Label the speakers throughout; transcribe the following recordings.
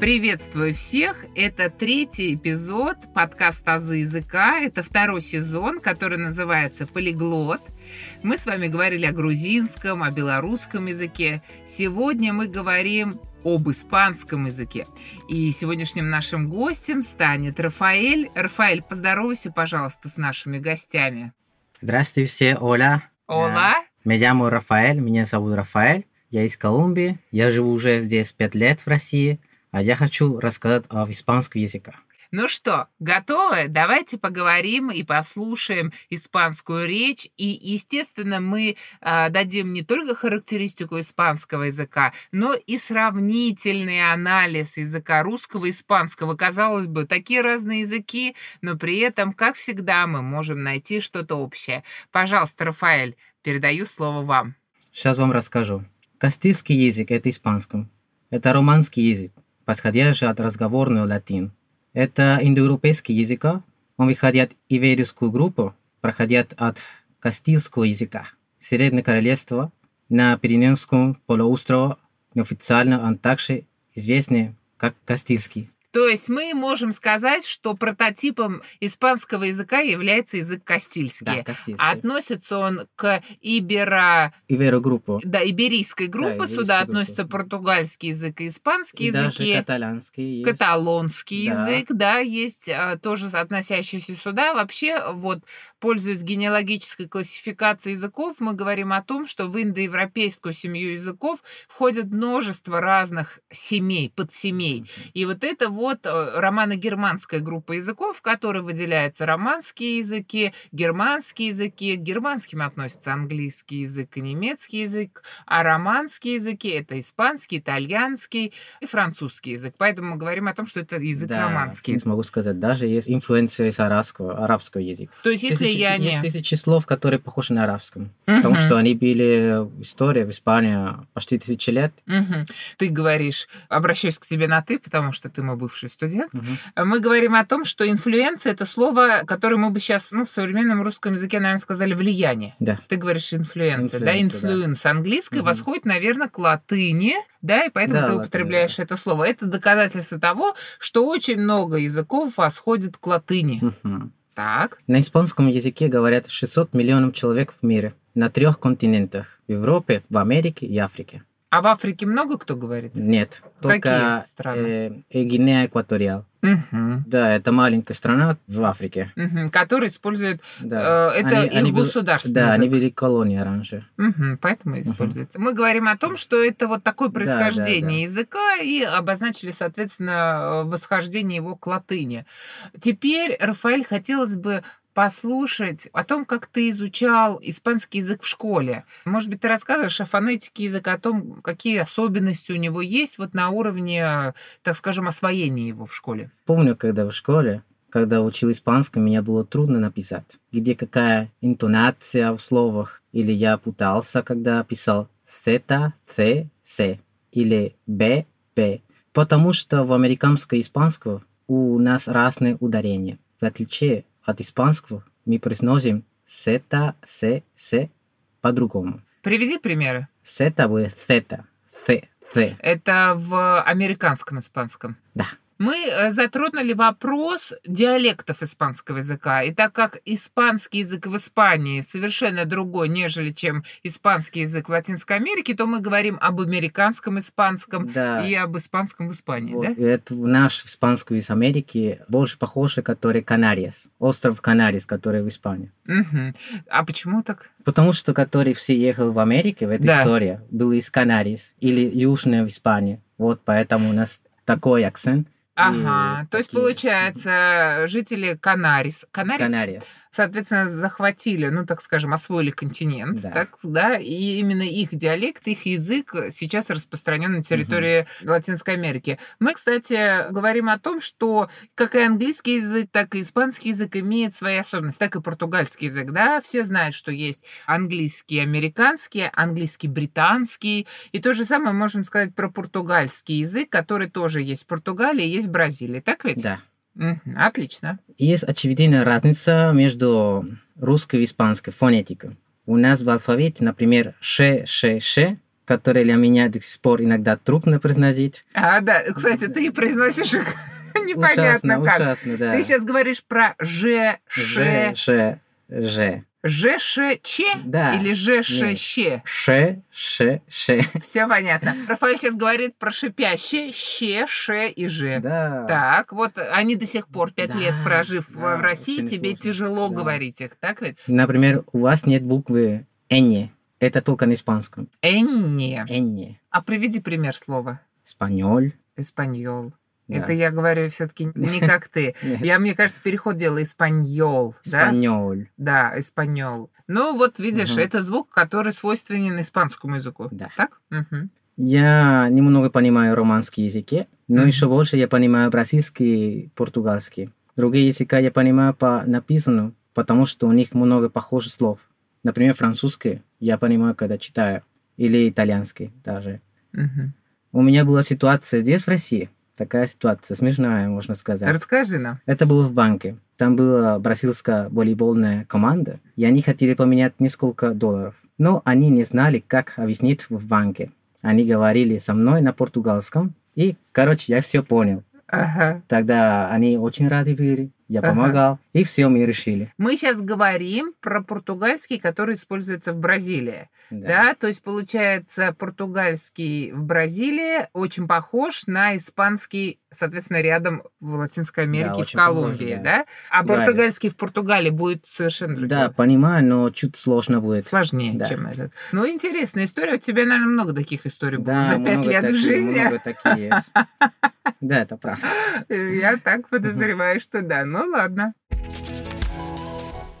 Speaker 1: Приветствую всех! Это третий эпизод подкаста «Азы языка». Это второй сезон, который называется «Полиглот». Мы с вами говорили о грузинском, о белорусском языке. Сегодня мы говорим об испанском языке. И сегодняшним нашим гостем станет Рафаэль. Рафаэль, поздоровайся, пожалуйста, с нашими гостями.
Speaker 2: Здравствуйте все, Оля. Э,
Speaker 1: Ола.
Speaker 2: Меня зовут Рафаэль, меня зовут Рафаэль. Я из Колумбии, я живу уже здесь пять лет в России, а я хочу рассказать о испанском языке.
Speaker 1: Ну что, готовы? Давайте поговорим и послушаем испанскую речь. И, естественно, мы э, дадим не только характеристику испанского языка, но и сравнительный анализ языка русского и испанского. Казалось бы, такие разные языки, но при этом, как всегда, мы можем найти что-то общее. Пожалуйста, Рафаэль, передаю слово вам.
Speaker 2: Сейчас вам расскажу. Кастильский язык – это испанском. Это романский язык, подходящий от разговорного латин. Это индоевропейский язык. Он выходит от иверийскую группу, проходит от кастильского языка. Среднее королевство на Пиренейском полуострове неофициально он также известен как Кастильский.
Speaker 1: То есть мы можем сказать, что прототипом испанского языка является язык кастильский.
Speaker 2: Да, Кастильский.
Speaker 1: А Относится он к ибера,
Speaker 2: Иверогруппу.
Speaker 1: да, иберийской группы, сюда
Speaker 2: Да, иберийской группы.
Speaker 1: относятся португальский язык и испанский
Speaker 2: И даже
Speaker 1: языки.
Speaker 2: каталанский есть.
Speaker 1: Каталонский
Speaker 2: Да.
Speaker 1: язык, да, есть а, тоже относящийся сюда. Вообще, вот, пользуясь генеалогической классификацией языков, мы говорим о том, что в индоевропейскую семью языков входит множество разных семей, подсемей. И вот это вот э, романо-германская группа языков, в которой выделяются романские языки, германские языки. К германским относятся английский язык и немецкий язык, а романские языки — это испанский, итальянский и французский язык. Поэтому мы говорим о том, что это язык
Speaker 2: Да,
Speaker 1: романский.
Speaker 2: здесь могу сказать, даже есть инфлюенция из арабского, арабского языка.
Speaker 1: То есть если
Speaker 2: Тысячи-
Speaker 1: я не...
Speaker 2: Есть тысячи слов, которые похожи на арабском. Потому
Speaker 1: Мгм.
Speaker 2: что они были в истории в Испании почти тысячи лет.
Speaker 1: Мгм. Ты говоришь, обращаюсь к тебе на ты, потому что ты мой бывший студент.
Speaker 2: Мгм.
Speaker 1: Мы говорим о том, что инфлюенция это слово, которое мы бы сейчас ну, в современном русском языке, наверное, сказали влияние.
Speaker 2: Да.
Speaker 1: Ты говоришь инфлюенция, да,
Speaker 2: Инфлюенция, да.
Speaker 1: инфлюенс английский
Speaker 2: Мгм.
Speaker 1: восходит, наверное, к латыни, да, и поэтому
Speaker 2: Да,
Speaker 1: ты
Speaker 2: латынь,
Speaker 1: употребляешь это слово. Это доказательство того, что очень много языков восходит к латыни.
Speaker 2: Мгм.
Speaker 1: Так.
Speaker 2: На испанском языке говорят 600 миллионов человек в мире. На трех континентах. В Европе, в Америке и Африке.
Speaker 1: А в Африке много кто говорит?
Speaker 2: Нет. Только
Speaker 1: Какие страны?
Speaker 2: э, э, Гвинея Экваториал.
Speaker 1: Мгм.
Speaker 2: Да, это маленькая страна в Африке.
Speaker 1: Мгм. Которые используют...
Speaker 2: Да.
Speaker 1: э, это
Speaker 2: Они-
Speaker 1: их
Speaker 2: они был-
Speaker 1: государственный
Speaker 2: Да,
Speaker 1: язык.
Speaker 2: они вели колонии раньше.
Speaker 1: Мгм, поэтому и
Speaker 2: Мгм.
Speaker 1: используется. Мы говорим о том, что это вот такое
Speaker 2: Да, да,
Speaker 1: происхождение
Speaker 2: да.
Speaker 1: языка и обозначили, соответственно, э, восхождение его к латыни. Теперь, Рафаэль, хотелось бы послушать о том, как ты изучал испанский язык в школе. Может быть, ты рассказываешь о фонетике языка, о том, какие особенности у него есть вот на уровне, э, так скажем, освоения его в школе.
Speaker 2: Помню, когда в школе, когда учил испанский, мне было трудно написать, где какая интонация в словах, или я путался, когда писал сета, «ц», «с», или «б», «п», потому что в американском испанском у нас разные ударения. В отличие от испанского, мы произносим сета, «с», «с» по-другому.
Speaker 1: Приведи примеры.
Speaker 2: Сета будет «сета», «с», «с».
Speaker 1: Это в американском испанском.
Speaker 2: Да.
Speaker 1: Мы э, затронули вопрос диалектов испанского языка. И так как испанский язык в Испании совершенно другой, нежели чем испанский язык в Латинской Америке, то мы говорим об американском испанском
Speaker 2: Да.
Speaker 1: и об испанском в Испании,
Speaker 2: Вот,
Speaker 1: да?
Speaker 2: и Это наш испанский из Америки больше похож, который Канариас, остров Канарис, который в Испании.
Speaker 1: Мгм. А почему так?
Speaker 2: Потому что который все ехал в Америке, в этой
Speaker 1: Да.
Speaker 2: истории, был из Канарис или Южная в Испании. Вот поэтому у нас такой акцент.
Speaker 1: Ага, то есть
Speaker 2: такие-
Speaker 1: получается, жители Канарис, Канарис,
Speaker 2: Канариас.
Speaker 1: соответственно, захватили, ну, так скажем, освоили континент,
Speaker 2: Да.
Speaker 1: так, да, и именно их диалект, их язык сейчас распространен на территории Латинской Америки. Мы, кстати, говорим о том, что как и английский язык, так и испанский язык имеет свои особенности, так и португальский язык, да, все знают, что есть английский американский, английский британский, и то же самое можем сказать про португальский язык, который тоже есть в Португалии, есть в Бразилии, так ведь?
Speaker 2: Да.
Speaker 1: Мгм, отлично.
Speaker 2: Есть очевидная разница между русской и испанской фонетикой. У нас в алфавите, например, ш, ш, ш которые для меня до сих пор иногда трудно произносить.
Speaker 1: А, да, кстати, ты произносишь их непонятно
Speaker 2: ужасно,
Speaker 1: как.
Speaker 2: ужасно, да.
Speaker 1: Ты сейчас говоришь про Ж,
Speaker 2: Ж,
Speaker 1: Ш,
Speaker 2: Ж, Ж.
Speaker 1: Ж, Ш, Ч
Speaker 2: Да.
Speaker 1: или Ж, Ш, Щ.
Speaker 2: Ше, ше, ше.
Speaker 1: Все понятно. Рафаэль сейчас говорит про шипящее, Щ, Ш и Ж.
Speaker 2: Да.
Speaker 1: Так, вот они до сих пор, пять
Speaker 2: Да,
Speaker 1: лет прожив
Speaker 2: да,
Speaker 1: в России,
Speaker 2: очень
Speaker 1: тебе
Speaker 2: сложно.
Speaker 1: тяжело
Speaker 2: Да.
Speaker 1: говорить их, так ведь?
Speaker 2: Например, у вас нет буквы «эне». Это только на испанском.
Speaker 1: Энне.
Speaker 2: «Эне».
Speaker 1: Э, А приведи пример слова.
Speaker 2: Испаньоль.
Speaker 1: Испаньол.
Speaker 2: да. Э,
Speaker 1: Это я говорю все-таки не как ты.
Speaker 2: Нет,
Speaker 1: Я, мне кажется, переход делала испаньол, да?
Speaker 2: Испаньоль.
Speaker 1: Да, испаньол. Ну, вот видишь,
Speaker 2: Мгм.
Speaker 1: это звук, который свойственен испанскому языку.
Speaker 2: Да.
Speaker 1: Так? Мгм.
Speaker 2: Я немного понимаю романский язык, но
Speaker 1: Мгм.
Speaker 2: еще больше я понимаю бразильский и португальский. Другие языка я понимаю по написанному, потому что у них много похожих слов. Например, французский я понимаю, когда читаю, или итальянский даже.
Speaker 1: Мгм.
Speaker 2: У меня была ситуация здесь, в России, такая ситуация, смешная, можно сказать.
Speaker 1: Расскажи нам.
Speaker 2: Это было в банке. Там была бразильская волейбольная команда, и они хотели поменять несколько долларов. Но они не знали, как объяснить в банке. Они говорили со мной на португальском, и, короче, я все понял.
Speaker 1: Ага.
Speaker 2: Тогда они очень рады были, я
Speaker 1: Ага.
Speaker 2: помогал, и все мы решили.
Speaker 1: Мы сейчас говорим про португальский, который используется в Бразилии.
Speaker 2: Да.
Speaker 1: Да, то есть получается португальский в Бразилии очень похож на испанский, соответственно, рядом в Латинской Америке, в
Speaker 2: очень похож,
Speaker 1: Колумбии,
Speaker 2: да.
Speaker 1: да? А
Speaker 2: Да,
Speaker 1: португальский в Португалии будет совершенно другим.
Speaker 2: Да, понимаю, но чуть сложно будет.
Speaker 1: Сложнее,
Speaker 2: Да.
Speaker 1: чем этот. Ну, интересная история. У тебя, наверное, много таких историй было
Speaker 2: Да,
Speaker 1: за пять
Speaker 2: много
Speaker 1: лет в
Speaker 2: таких-
Speaker 1: жизни.
Speaker 2: много таких есть. Да, это правда.
Speaker 1: Я так подозреваю, что да. Ну, ладно.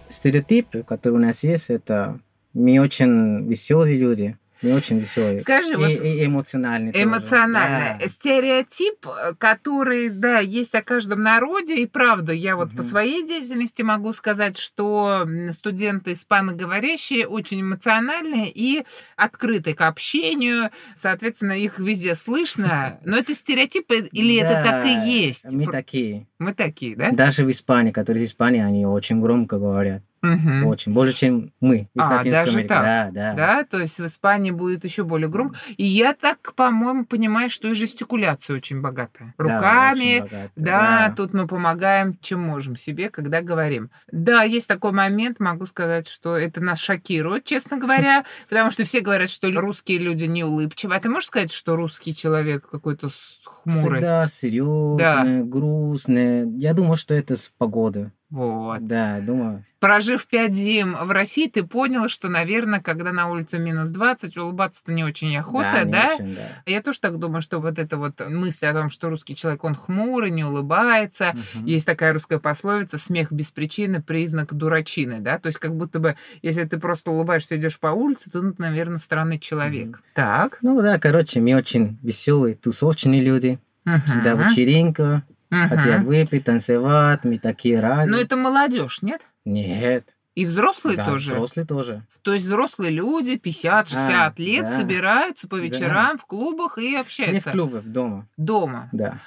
Speaker 2: Стереотип, который у нас есть, это мы очень веселые люди. Мы очень веселые.
Speaker 1: Скажи, вот
Speaker 2: и, и эмоциональный. тоже.
Speaker 1: Эмоционально.
Speaker 2: Да.
Speaker 1: Стереотип, э, который, да, есть о каждом народе, и правда, я вот по
Speaker 2: Мгм.
Speaker 1: своей деятельности могу сказать, что м, студенты испаноговорящие очень эмоциональные и открыты к общению, соответственно, их везде слышно, но это стереотипы или это
Speaker 2: Да,
Speaker 1: так и есть?
Speaker 2: Мы
Speaker 1: Пр-
Speaker 2: такие.
Speaker 1: Мы такие, да?
Speaker 2: Даже в Испании, которые из Испании, они очень громко говорят.
Speaker 1: Мгм.
Speaker 2: Очень. Больше, чем мы из
Speaker 1: А,
Speaker 2: Латинской
Speaker 1: даже
Speaker 2: Америки.
Speaker 1: так?
Speaker 2: Да, да.
Speaker 1: Да, то есть в Испании будет еще более громко. И я так, по-моему, понимаю, что и жестикуляция очень богатая.
Speaker 2: Да,
Speaker 1: Руками,
Speaker 2: очень богато.
Speaker 1: Да,
Speaker 2: Да.
Speaker 1: тут мы помогаем, чем можем себе, когда говорим. Да, есть такой момент, могу сказать, что это нас шокирует, честно говоря, потому что все говорят, что русские люди не улыбчивы. А ты можешь сказать, что русский человек какой-то с- хмурый?
Speaker 2: Всегда серьезно, грустно. Я думаю, что это с погоды.
Speaker 1: Вот.
Speaker 2: Да, думаю.
Speaker 1: Прожив пять зим в России, ты понял, что, наверное, когда на улице минус 20, улыбаться-то не очень охота, да?
Speaker 2: не очень, да.
Speaker 1: А Я тоже так думаю, что вот эта вот мысль о том, что русский человек, он хмурый, не улыбается,
Speaker 2: Мгм.
Speaker 1: Есть такая русская пословица «смех без причины – признак дурачины», да? То есть как будто бы, если ты просто улыбаешься, идешь по улице, то, ну, ты, наверное, странный человек. Так.
Speaker 2: Ну да, короче, мы очень веселые, тусовочные люди. Всегда
Speaker 1: Мгм.
Speaker 2: вечеринка,
Speaker 1: Мгм.
Speaker 2: хотят выпить, танцевать, мы такие рады.
Speaker 1: Но это молодежь, нет?
Speaker 2: Нет.
Speaker 1: Ну И взрослые
Speaker 2: Да,
Speaker 1: тоже.
Speaker 2: Взрослые тоже.
Speaker 1: То есть взрослые люди 50-60
Speaker 2: А,
Speaker 1: лет
Speaker 2: да.
Speaker 1: собираются по
Speaker 2: Да.
Speaker 1: вечерам в клубах и
Speaker 2: Не в
Speaker 1: общаются
Speaker 2: клубах, дома.
Speaker 1: дома.
Speaker 2: Да.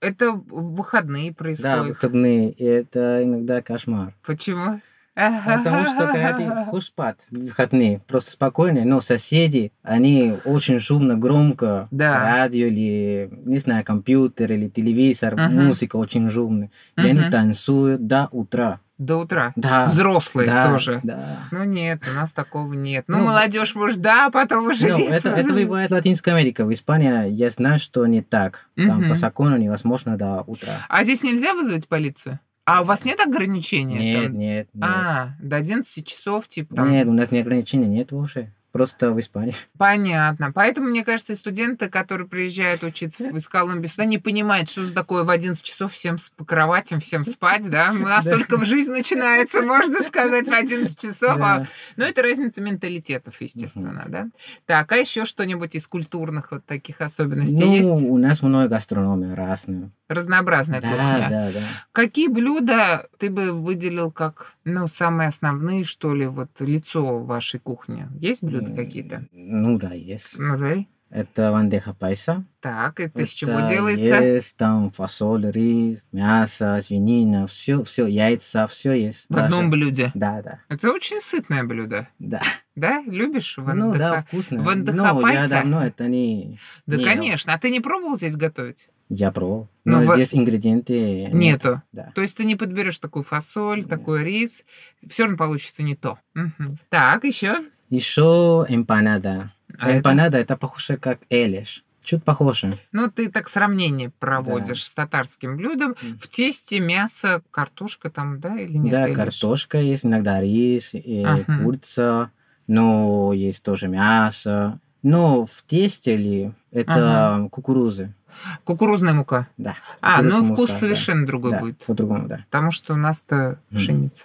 Speaker 1: Это в выходные происходит.
Speaker 2: Да, выходные. И это иногда кошмар. Ну,
Speaker 1: Почему?
Speaker 2: Потому что когда ты хочешь спать в выходные, просто спокойно, но соседи, они очень шумно, громко,
Speaker 1: Да.
Speaker 2: радио или, не знаю, компьютер или телевизор,
Speaker 1: Мгм.
Speaker 2: музыка очень шумная. И они
Speaker 1: Мгм.
Speaker 2: танцуют до утра.
Speaker 1: До утра.
Speaker 2: Да.
Speaker 1: Взрослые
Speaker 2: да,
Speaker 1: тоже.
Speaker 2: Да.
Speaker 1: Ну нет, у нас такого нет. Ну,
Speaker 2: Ну,
Speaker 1: молодежь, может, да, а потом уже
Speaker 2: Ну,
Speaker 1: нет.
Speaker 2: это, это бывает Латинская Америка. В Испании я знаю, что не так. Там
Speaker 1: Мгм.
Speaker 2: по закону невозможно до утра.
Speaker 1: А здесь нельзя вызвать полицию? А у вас нет ограничения?
Speaker 2: Нет,
Speaker 1: там?
Speaker 2: нет, нет.
Speaker 1: А, до 11 часов, типа там.
Speaker 2: Нет, у нас ни ограничений нет вообще. Просто в Испании.
Speaker 1: Понятно. Поэтому, мне кажется, и студенты, которые приезжают учиться в- из Колумбии сюда, не понимают, что за такое в 11 часов всем с- по кроватям, всем спать, да? У нас
Speaker 2: Да.
Speaker 1: только в жизнь начинается, можно сказать, в 11 часов, а
Speaker 2: Да.
Speaker 1: Ну, это разница менталитетов, естественно, да. Так, а еще что-нибудь из культурных вот таких особенностей
Speaker 2: Ну,
Speaker 1: есть?
Speaker 2: у нас много гастрономии разные.
Speaker 1: Разнообразная
Speaker 2: Да,
Speaker 1: кухня.
Speaker 2: да, да.
Speaker 1: Какие блюда ты бы выделил как, ну, самые основные, что ли, вот лицо вашей кухни? Есть блюда
Speaker 2: М,
Speaker 1: какие-то?
Speaker 2: Ну да, есть.
Speaker 1: Назови.
Speaker 2: Это вандеха пайса.
Speaker 1: Так, это из чего
Speaker 2: Это
Speaker 1: делается?
Speaker 2: Есть там фасоль, рис, мясо, свинина, все, все, яйца, все есть.
Speaker 1: В
Speaker 2: Даже-
Speaker 1: одном блюде.
Speaker 2: Да, да,
Speaker 1: Это очень сытное блюдо.
Speaker 2: да.
Speaker 1: Да? Любишь
Speaker 2: Ну да,
Speaker 1: вандыха?
Speaker 2: вкусно.
Speaker 1: вандыха
Speaker 2: Но я
Speaker 1: пайса?
Speaker 2: давно это не...
Speaker 1: да,
Speaker 2: не ну ел.
Speaker 1: конечно. А ты не пробовал здесь готовить?
Speaker 2: Я пробовал.
Speaker 1: Ну,
Speaker 2: Но
Speaker 1: вот-
Speaker 2: здесь ингредиенты нет.
Speaker 1: Нету.
Speaker 2: Да.
Speaker 1: То есть ты не подберешь такую фасоль,
Speaker 2: Нет.
Speaker 1: такой рис. Все равно получится не то. Мгм. Так, А еще.
Speaker 2: Еще эмпанада. эмпанада это... похоже как элеш. Чуть похоже.
Speaker 1: Ну, ты так сравнение проводишь с татарским блюдом.
Speaker 2: Мгм.
Speaker 1: В тесте мясо, картошка там, да, или нет?
Speaker 2: да,
Speaker 1: Или
Speaker 2: картошка есть, иногда рис, и
Speaker 1: Ага.
Speaker 2: курица, но есть тоже мясо. Но в тесте ли это кукурузы?
Speaker 1: ш- Кукурузная мука.
Speaker 2: Да,
Speaker 1: А, ну
Speaker 2: кукурузная
Speaker 1: вкус
Speaker 2: мука, да.
Speaker 1: совершенно другой
Speaker 2: Да,
Speaker 1: будет.
Speaker 2: по-другому, да.
Speaker 1: Потому что у нас-то
Speaker 2: Мгм.
Speaker 1: пшеница.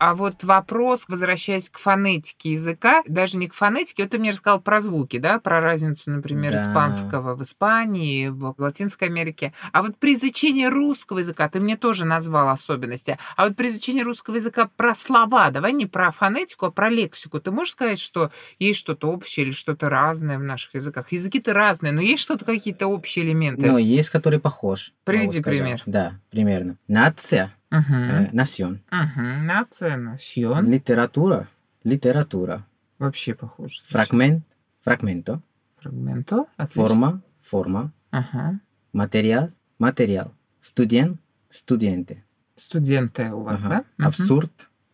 Speaker 1: А вот вопрос, возвращаясь к фонетике языка, даже не к фонетике, вот ты мне рассказал про звуки, да, про разницу, например,
Speaker 2: Да.
Speaker 1: испанского в Испании, в Латинской Америке. А вот при изучении русского языка, ты мне тоже назвал особенности, а вот при изучении русского языка про слова, давай не про фонетику, а про лексику, ты можешь сказать, что есть что-то общее или что-то разное в наших языках? Языки-то разные, но есть что-то, какие-то общие элементы?
Speaker 2: Но есть, который похож. А
Speaker 1: Приведи
Speaker 2: когда-
Speaker 1: пример.
Speaker 2: Да, примерно. Нация, э,
Speaker 1: Мгм.
Speaker 2: насен.
Speaker 1: Мгм. Нация, носьон.
Speaker 2: Литература, литература.
Speaker 1: Вообще похоже.
Speaker 2: Фрагмент, фрагменто.
Speaker 1: Фрагменто. Отлично.
Speaker 2: Форма, форма.
Speaker 1: Ага.
Speaker 2: Материал, материал. Студент, студенты.
Speaker 1: Студенты у вас,
Speaker 2: Ага.
Speaker 1: да? Мгм.
Speaker 2: Абсурд,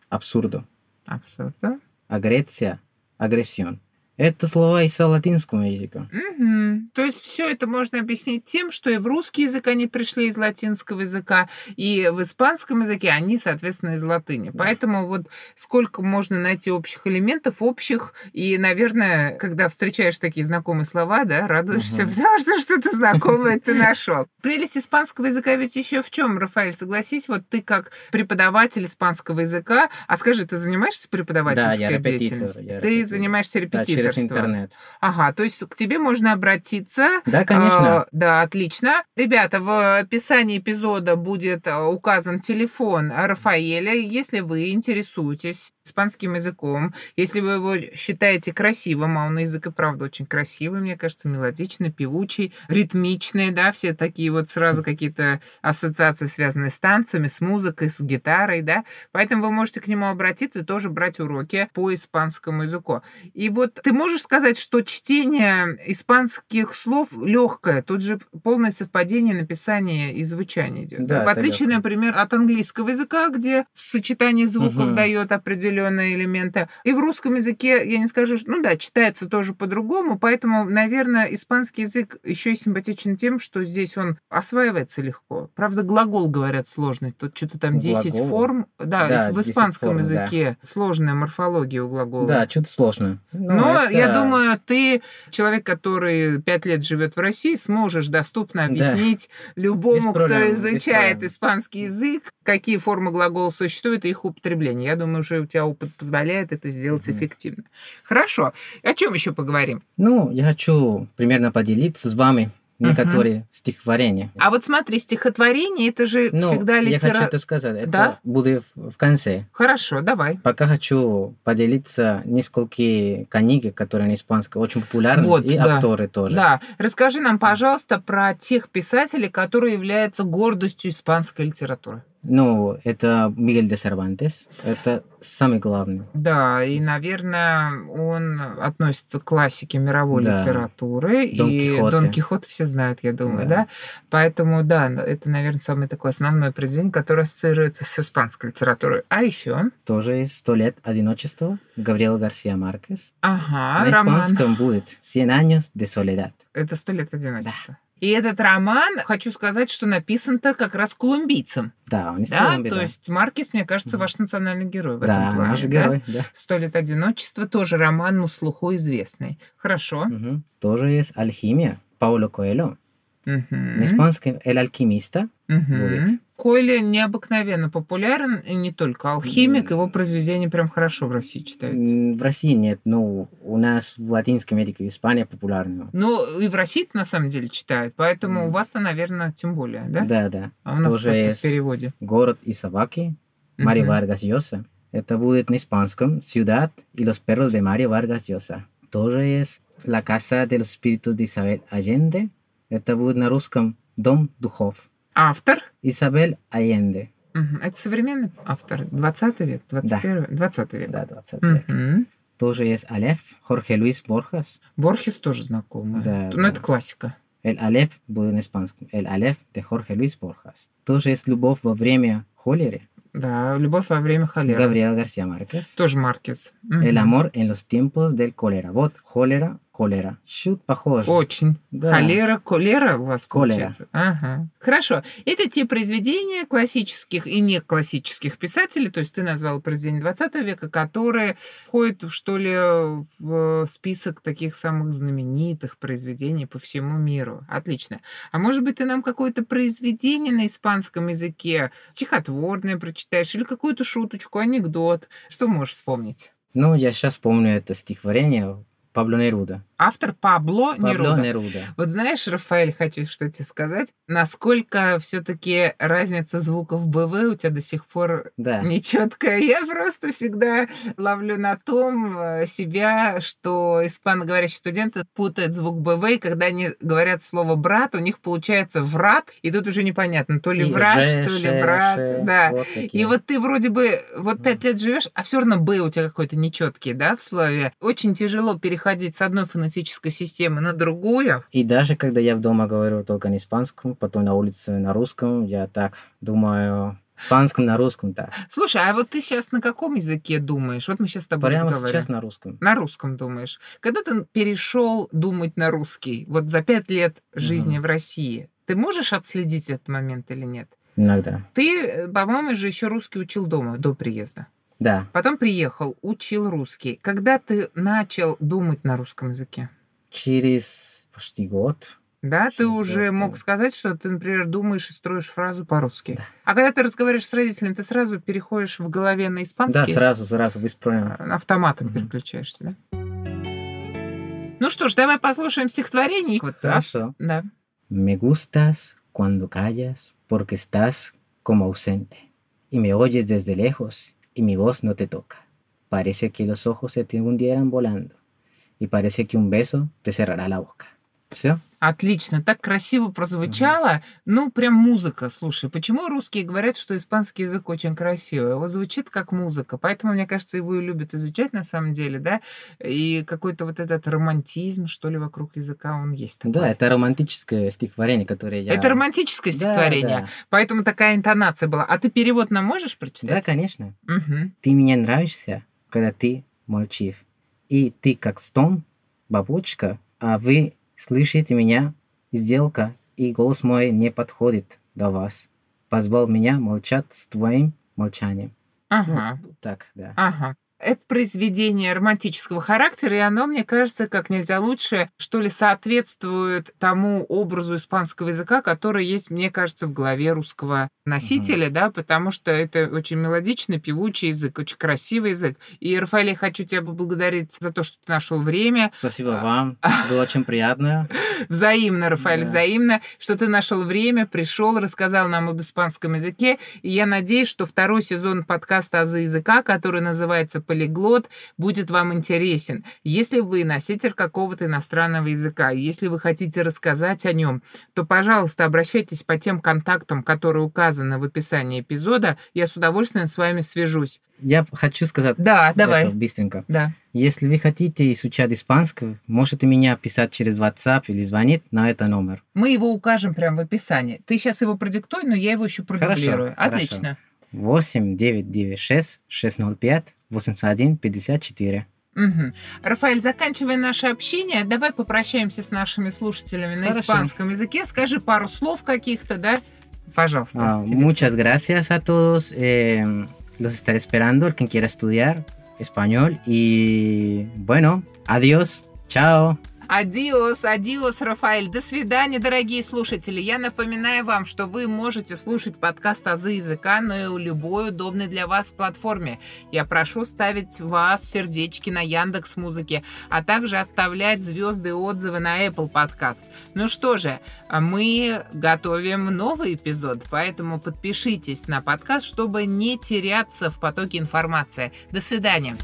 Speaker 2: абсурдо.
Speaker 1: Абсурд, да?
Speaker 2: агрессия, агрессион. Это слова из латинского языка.
Speaker 1: Мгм. То есть все это можно объяснить тем, что и в русский язык они пришли из латинского языка, и в испанском языке они, соответственно, из латыни.
Speaker 2: Да.
Speaker 1: Поэтому вот сколько можно найти общих элементов, общих, и, наверное, когда встречаешь такие знакомые слова, да, радуешься,
Speaker 2: Мгм.
Speaker 1: потому что что-то знакомое ты нашел. Прелесть испанского языка ведь еще в чем, Рафаэль, согласись, вот ты как преподаватель испанского языка, а скажи, ты занимаешься преподавательской
Speaker 2: репетитор,
Speaker 1: деятельностью?
Speaker 2: я
Speaker 1: Ты
Speaker 2: репетитор.
Speaker 1: занимаешься
Speaker 2: Да, через
Speaker 1: репетиторством.
Speaker 2: интернет.
Speaker 1: Ага, то есть к тебе можно обратиться.
Speaker 2: Да, конечно.
Speaker 1: А, да, отлично. Ребята, в описании эпизода будет а, указан телефон Рафаэля. Если вы интересуетесь испанским языком, если вы его считаете красивым, а он язык и правда очень красивый, мне кажется, мелодичный, певучий, ритмичный, да, все такие вот сразу какие-то ассоциации, связанные с танцами, с музыкой, с гитарой, да. Поэтому вы можете к нему обратиться и тоже брать уроки по испанскому языку. И вот ты можешь сказать, что чтение испанских слов легкое. Тут же полное совпадение написания и звучания идет.
Speaker 2: Да,
Speaker 1: в
Speaker 2: это
Speaker 1: отличие,
Speaker 2: лёгкое.
Speaker 1: например, от английского языка, где сочетание звуков
Speaker 2: Мгм.
Speaker 1: дает определенные элементы. И в русском языке, я не скажу, что- ну да, читается тоже по-другому, поэтому, наверное, испанский язык еще и симпатичен тем, что здесь он осваивается легко. Правда, глагол, говорят, сложный. Тут что-то там 10
Speaker 2: Глагол.
Speaker 1: форм. Да,
Speaker 2: Да,
Speaker 1: и в
Speaker 2: 10
Speaker 1: испанском
Speaker 2: форм, да.
Speaker 1: языке сложная морфология у глагола.
Speaker 2: Да, чуть сложно. Ну,
Speaker 1: Но
Speaker 2: это-
Speaker 1: Ну, я думаю, ты человек, который пять лет живет в России, сможешь доступно
Speaker 2: Да.
Speaker 1: объяснить любому,
Speaker 2: Без проблем,
Speaker 1: кто
Speaker 2: без
Speaker 1: изучает
Speaker 2: проблем.
Speaker 1: испанский язык, какие формы глагола существуют и их употребление. Я думаю, уже у тебя опыт позволяет это сделать
Speaker 2: Мгм.
Speaker 1: эффективно. Хорошо. О чем еще поговорим?
Speaker 2: Ну, я хочу примерно поделиться с вами некоторые стихотворения.
Speaker 1: А вот смотри, стихотворение это же
Speaker 2: Ну,
Speaker 1: всегда
Speaker 2: я хочу
Speaker 1: литера.
Speaker 2: это сказать. Это
Speaker 1: Да?
Speaker 2: будет в в конце.
Speaker 1: Хорошо, давай.
Speaker 2: Пока хочу поделиться несколькими книги, которые на испанском очень популярны,
Speaker 1: Вот,
Speaker 2: и
Speaker 1: да.
Speaker 2: авторы тоже.
Speaker 1: Да, расскажи нам, пожалуйста, про тех писателей, которые являются гордостью испанской литературы.
Speaker 2: Ну, это Мигель де Сервантес. Это самый главный.
Speaker 1: Да, и, наверное, он относится к классике мировой
Speaker 2: Да.
Speaker 1: литературы.
Speaker 2: Дон
Speaker 1: и
Speaker 2: Кихоте.
Speaker 1: Дон Кихот все знают, я думаю, да.
Speaker 2: Да.
Speaker 1: Поэтому, да, н- это, наверное, самое такое основное произведение, которое ассоциируется с испанской литературой. А еще,
Speaker 2: Тоже есть «Сто лет одиночества» Габриэл Гарсия Маркес.
Speaker 1: ага,
Speaker 2: на
Speaker 1: А роман.
Speaker 2: испанском будет «Cien años de soledad».
Speaker 1: Это «Сто лет одиночества». И этот роман, хочу сказать, что написан-то как раз колумбийцем,
Speaker 2: Да, он из
Speaker 1: да?
Speaker 2: Колумбии,
Speaker 1: То есть Маркес, мне кажется,
Speaker 2: Мгм.
Speaker 1: ваш национальный герой в
Speaker 2: да,
Speaker 1: этом плане.
Speaker 2: наш
Speaker 1: да?
Speaker 2: герой, да.
Speaker 1: «Сто лет одиночества» тоже роман, ну, слуху известный. Хорошо.
Speaker 2: Мгм. Тоже есть «Алхимия» Пауло Коэльо.
Speaker 1: Мгм.
Speaker 2: На испанском «Эль алькимиста».
Speaker 1: Мгм.
Speaker 2: будет.
Speaker 1: Койле необыкновенно популярен, и не только алхимик,
Speaker 2: М.
Speaker 1: его произведения прям хорошо в России читают.
Speaker 2: М, В России нет, но у нас в Латинской Америке и Испании популярно.
Speaker 1: Ну, и в России на самом деле читают, поэтому
Speaker 2: М.
Speaker 1: у вас-то, наверное, тем более, да?
Speaker 2: Да, да.
Speaker 1: А у нас
Speaker 2: Тоже
Speaker 1: просто
Speaker 2: есть.
Speaker 1: в переводе.
Speaker 2: Город и собаки. Марио
Speaker 1: Мгм.
Speaker 2: Варгас Йоса. Это будет на испанском «Ciudad y los perros de Mario Vargas Llosa». Тоже есть «La casa de los espíritus de Isabel Allende». Это будет на русском «Дом духов».
Speaker 1: А Автор?
Speaker 2: Isabel Allende.
Speaker 1: Мгм. Это современный автор, 20 век, 21 20 век.
Speaker 2: Да, 20 лет.
Speaker 1: Мгм.
Speaker 2: Тоже есть Алеф, Хорхе Луис Борхас.
Speaker 1: Борхес тоже знакомый.
Speaker 2: Да,
Speaker 1: ну,
Speaker 2: да.
Speaker 1: это классика.
Speaker 2: El Алеф будет на испанском. El Алеф de Jorge Luis Borjas. Тоже есть Любовь во время холеры.
Speaker 1: Да, «Любовь во время холеры».
Speaker 2: Габриэл Гарсия Маркес.
Speaker 1: Тоже Маркес. Мгм.
Speaker 2: El amor en los tiempos del cólera. Вот, холера, холера. Чуть похоже.
Speaker 1: Очень.
Speaker 2: Да.
Speaker 1: Холера, колера у вас
Speaker 2: Колера.
Speaker 1: получается. Ага. Хорошо. Это те произведения классических и неклассических писателей, то есть ты назвал произведения 20 века, которые входят, что ли, в список таких самых знаменитых произведений по всему миру. Отлично. А может быть, ты нам какое-то произведение на испанском языке, стихотворное прочитаешь, или какую-то шуточку, анекдот. Что можешь вспомнить?
Speaker 2: Ну, я сейчас помню это стихотворение Пабло Неруда.
Speaker 1: Автор Пабло,
Speaker 2: Пабло
Speaker 1: Неруда.
Speaker 2: Неруда.
Speaker 1: Вот знаешь, Рафаэль, хочу что тебе сказать, насколько все-таки разница звуков БВ у тебя до сих пор
Speaker 2: Да.
Speaker 1: нечеткая. Я просто всегда ловлю на том э, себя, что испаноговорящие студенты путают звук БВ, и когда они говорят слово «брат», у них получается «врат», и тут уже непонятно, то ли
Speaker 2: И
Speaker 1: «врат»,
Speaker 2: же,
Speaker 1: что ли
Speaker 2: ше,
Speaker 1: «брат».
Speaker 2: ше.
Speaker 1: Да.
Speaker 2: Вот
Speaker 1: И
Speaker 2: такие.
Speaker 1: вот ты вроде бы вот пять лет живешь, а все равно Б у тебя какой-то нечеткий, да, в слове. Очень тяжело переходить с одной фонетической системы на другую.
Speaker 2: И даже когда я дома говорю только на испанском, потом на улице на русском, я так думаю, испанском на русском так.
Speaker 1: Слушай, а вот ты сейчас на каком языке думаешь? Вот мы сейчас с тобой
Speaker 2: Прямо
Speaker 1: разговариваем.
Speaker 2: сейчас на русском.
Speaker 1: На русском думаешь. Когда ты перешел думать на русский, вот за пять лет жизни
Speaker 2: Мгм.
Speaker 1: в России, ты можешь отследить этот момент или нет?
Speaker 2: Иногда.
Speaker 1: Ты, э, по-моему, же еще русский учил дома до приезда.
Speaker 2: Да.
Speaker 1: Потом приехал, учил русский. Когда ты начал думать на русском языке?
Speaker 2: Через почти год.
Speaker 1: Да, ты
Speaker 2: Через
Speaker 1: уже
Speaker 2: год,
Speaker 1: мог
Speaker 2: да.
Speaker 1: сказать, что ты, например, думаешь и строишь фразу по-русски.
Speaker 2: Да.
Speaker 1: А когда ты разговариваешь с родителями, ты сразу переходишь в голове на испанский?
Speaker 2: Да, сразу, сразу, без проблем.
Speaker 1: А, автоматом
Speaker 2: Мгм.
Speaker 1: переключаешься, да? Ну что ж, давай послушаем стихотворение. Вот, а?
Speaker 2: Хорошо.
Speaker 1: Да.
Speaker 2: Me gustas cuando callas porque estás como ausente y me oyes desde lejos y mi voz no te toca. Parece que los ojos se te hundieran volando y parece que un beso te cerrará la boca. Все?
Speaker 1: Отлично, так красиво прозвучало. Ну, прям музыка, слушай. Почему русские говорят, что испанский язык очень красивый? Его звучит как музыка, поэтому, мне кажется, его и любят изучать на самом деле, да? И какой-то вот этот романтизм, что ли, вокруг языка, он есть. такой.
Speaker 2: Да, это романтическое стихотворение, которое я...
Speaker 1: Это романтическое
Speaker 2: Да,
Speaker 1: стихотворение,
Speaker 2: да.
Speaker 1: поэтому такая интонация была. А ты перевод нам можешь
Speaker 2: Да,
Speaker 1: прочитать?
Speaker 2: конечно.
Speaker 1: Мгм.
Speaker 2: Ты мне нравишься, когда ты молчив. И ты как стон, бабочка, а вы слышите меня, сделка, и голос мой не подходит до вас. Позвал меня молчать с твоим молчанием.
Speaker 1: Ага.
Speaker 2: Так, да.
Speaker 1: Ага. Это произведение романтического характера, и оно, мне кажется, как нельзя лучше, что ли, соответствует тому образу испанского языка, который есть, мне кажется, в голове русского носителя, да, потому что это очень мелодичный, певучий язык, очень красивый язык. И, Рафаэль, я хочу тебя поблагодарить за то, что ты нашел время.
Speaker 2: Спасибо
Speaker 1: А.
Speaker 2: вам. Было очень приятно.
Speaker 1: Взаимно, Рафаэль,
Speaker 2: Да.
Speaker 1: взаимно, что ты нашел время, пришел, рассказал нам об испанском языке. И я надеюсь, что второй сезон подкаста «Азы языка», который называется «Полиглот», будет вам интересен. Если вы носитель какого-то иностранного языка, если вы хотите рассказать о нем, то, пожалуйста, обращайтесь по тем контактам, которые указаны в описании эпизода. Я с удовольствием с вами свяжусь.
Speaker 2: Я хочу сказать
Speaker 1: Да,
Speaker 2: это быстренько.
Speaker 1: Да.
Speaker 2: Если вы хотите изучать испанский, можете меня писать через WhatsApp или звонить на этот номер.
Speaker 1: Мы его укажем прямо в описании. Ты сейчас его продиктуй, но я его еще продублирую.
Speaker 2: хорошо.
Speaker 1: Отлично.
Speaker 2: 8 9 9 6 605 81 54.
Speaker 1: Мгм. Рафаэль, заканчивая наше общение, давай попрощаемся с нашими слушателями на
Speaker 2: Хорошо.
Speaker 1: испанском языке. Скажи пару слов каких-то, да? Пожалуйста.
Speaker 2: Ah,
Speaker 1: тебе
Speaker 2: muchas gracias a todos. eh, los estaré esperando, el quien quiera estudiar español. Y bueno, adiós. Chao.
Speaker 1: слово. Адиос, адиос, Рафаэль. До свидания, дорогие слушатели. Я напоминаю вам, что вы можете слушать подкаст «Азы языка» на любой удобной для вас платформе. Я прошу ставить вас сердечки на Яндекс Музыке, а также оставлять звезды и отзывы на Apple Podcasts. Ну что же, мы готовим новый эпизод, поэтому подпишитесь на подкаст, чтобы не теряться в потоке информации. До свидания.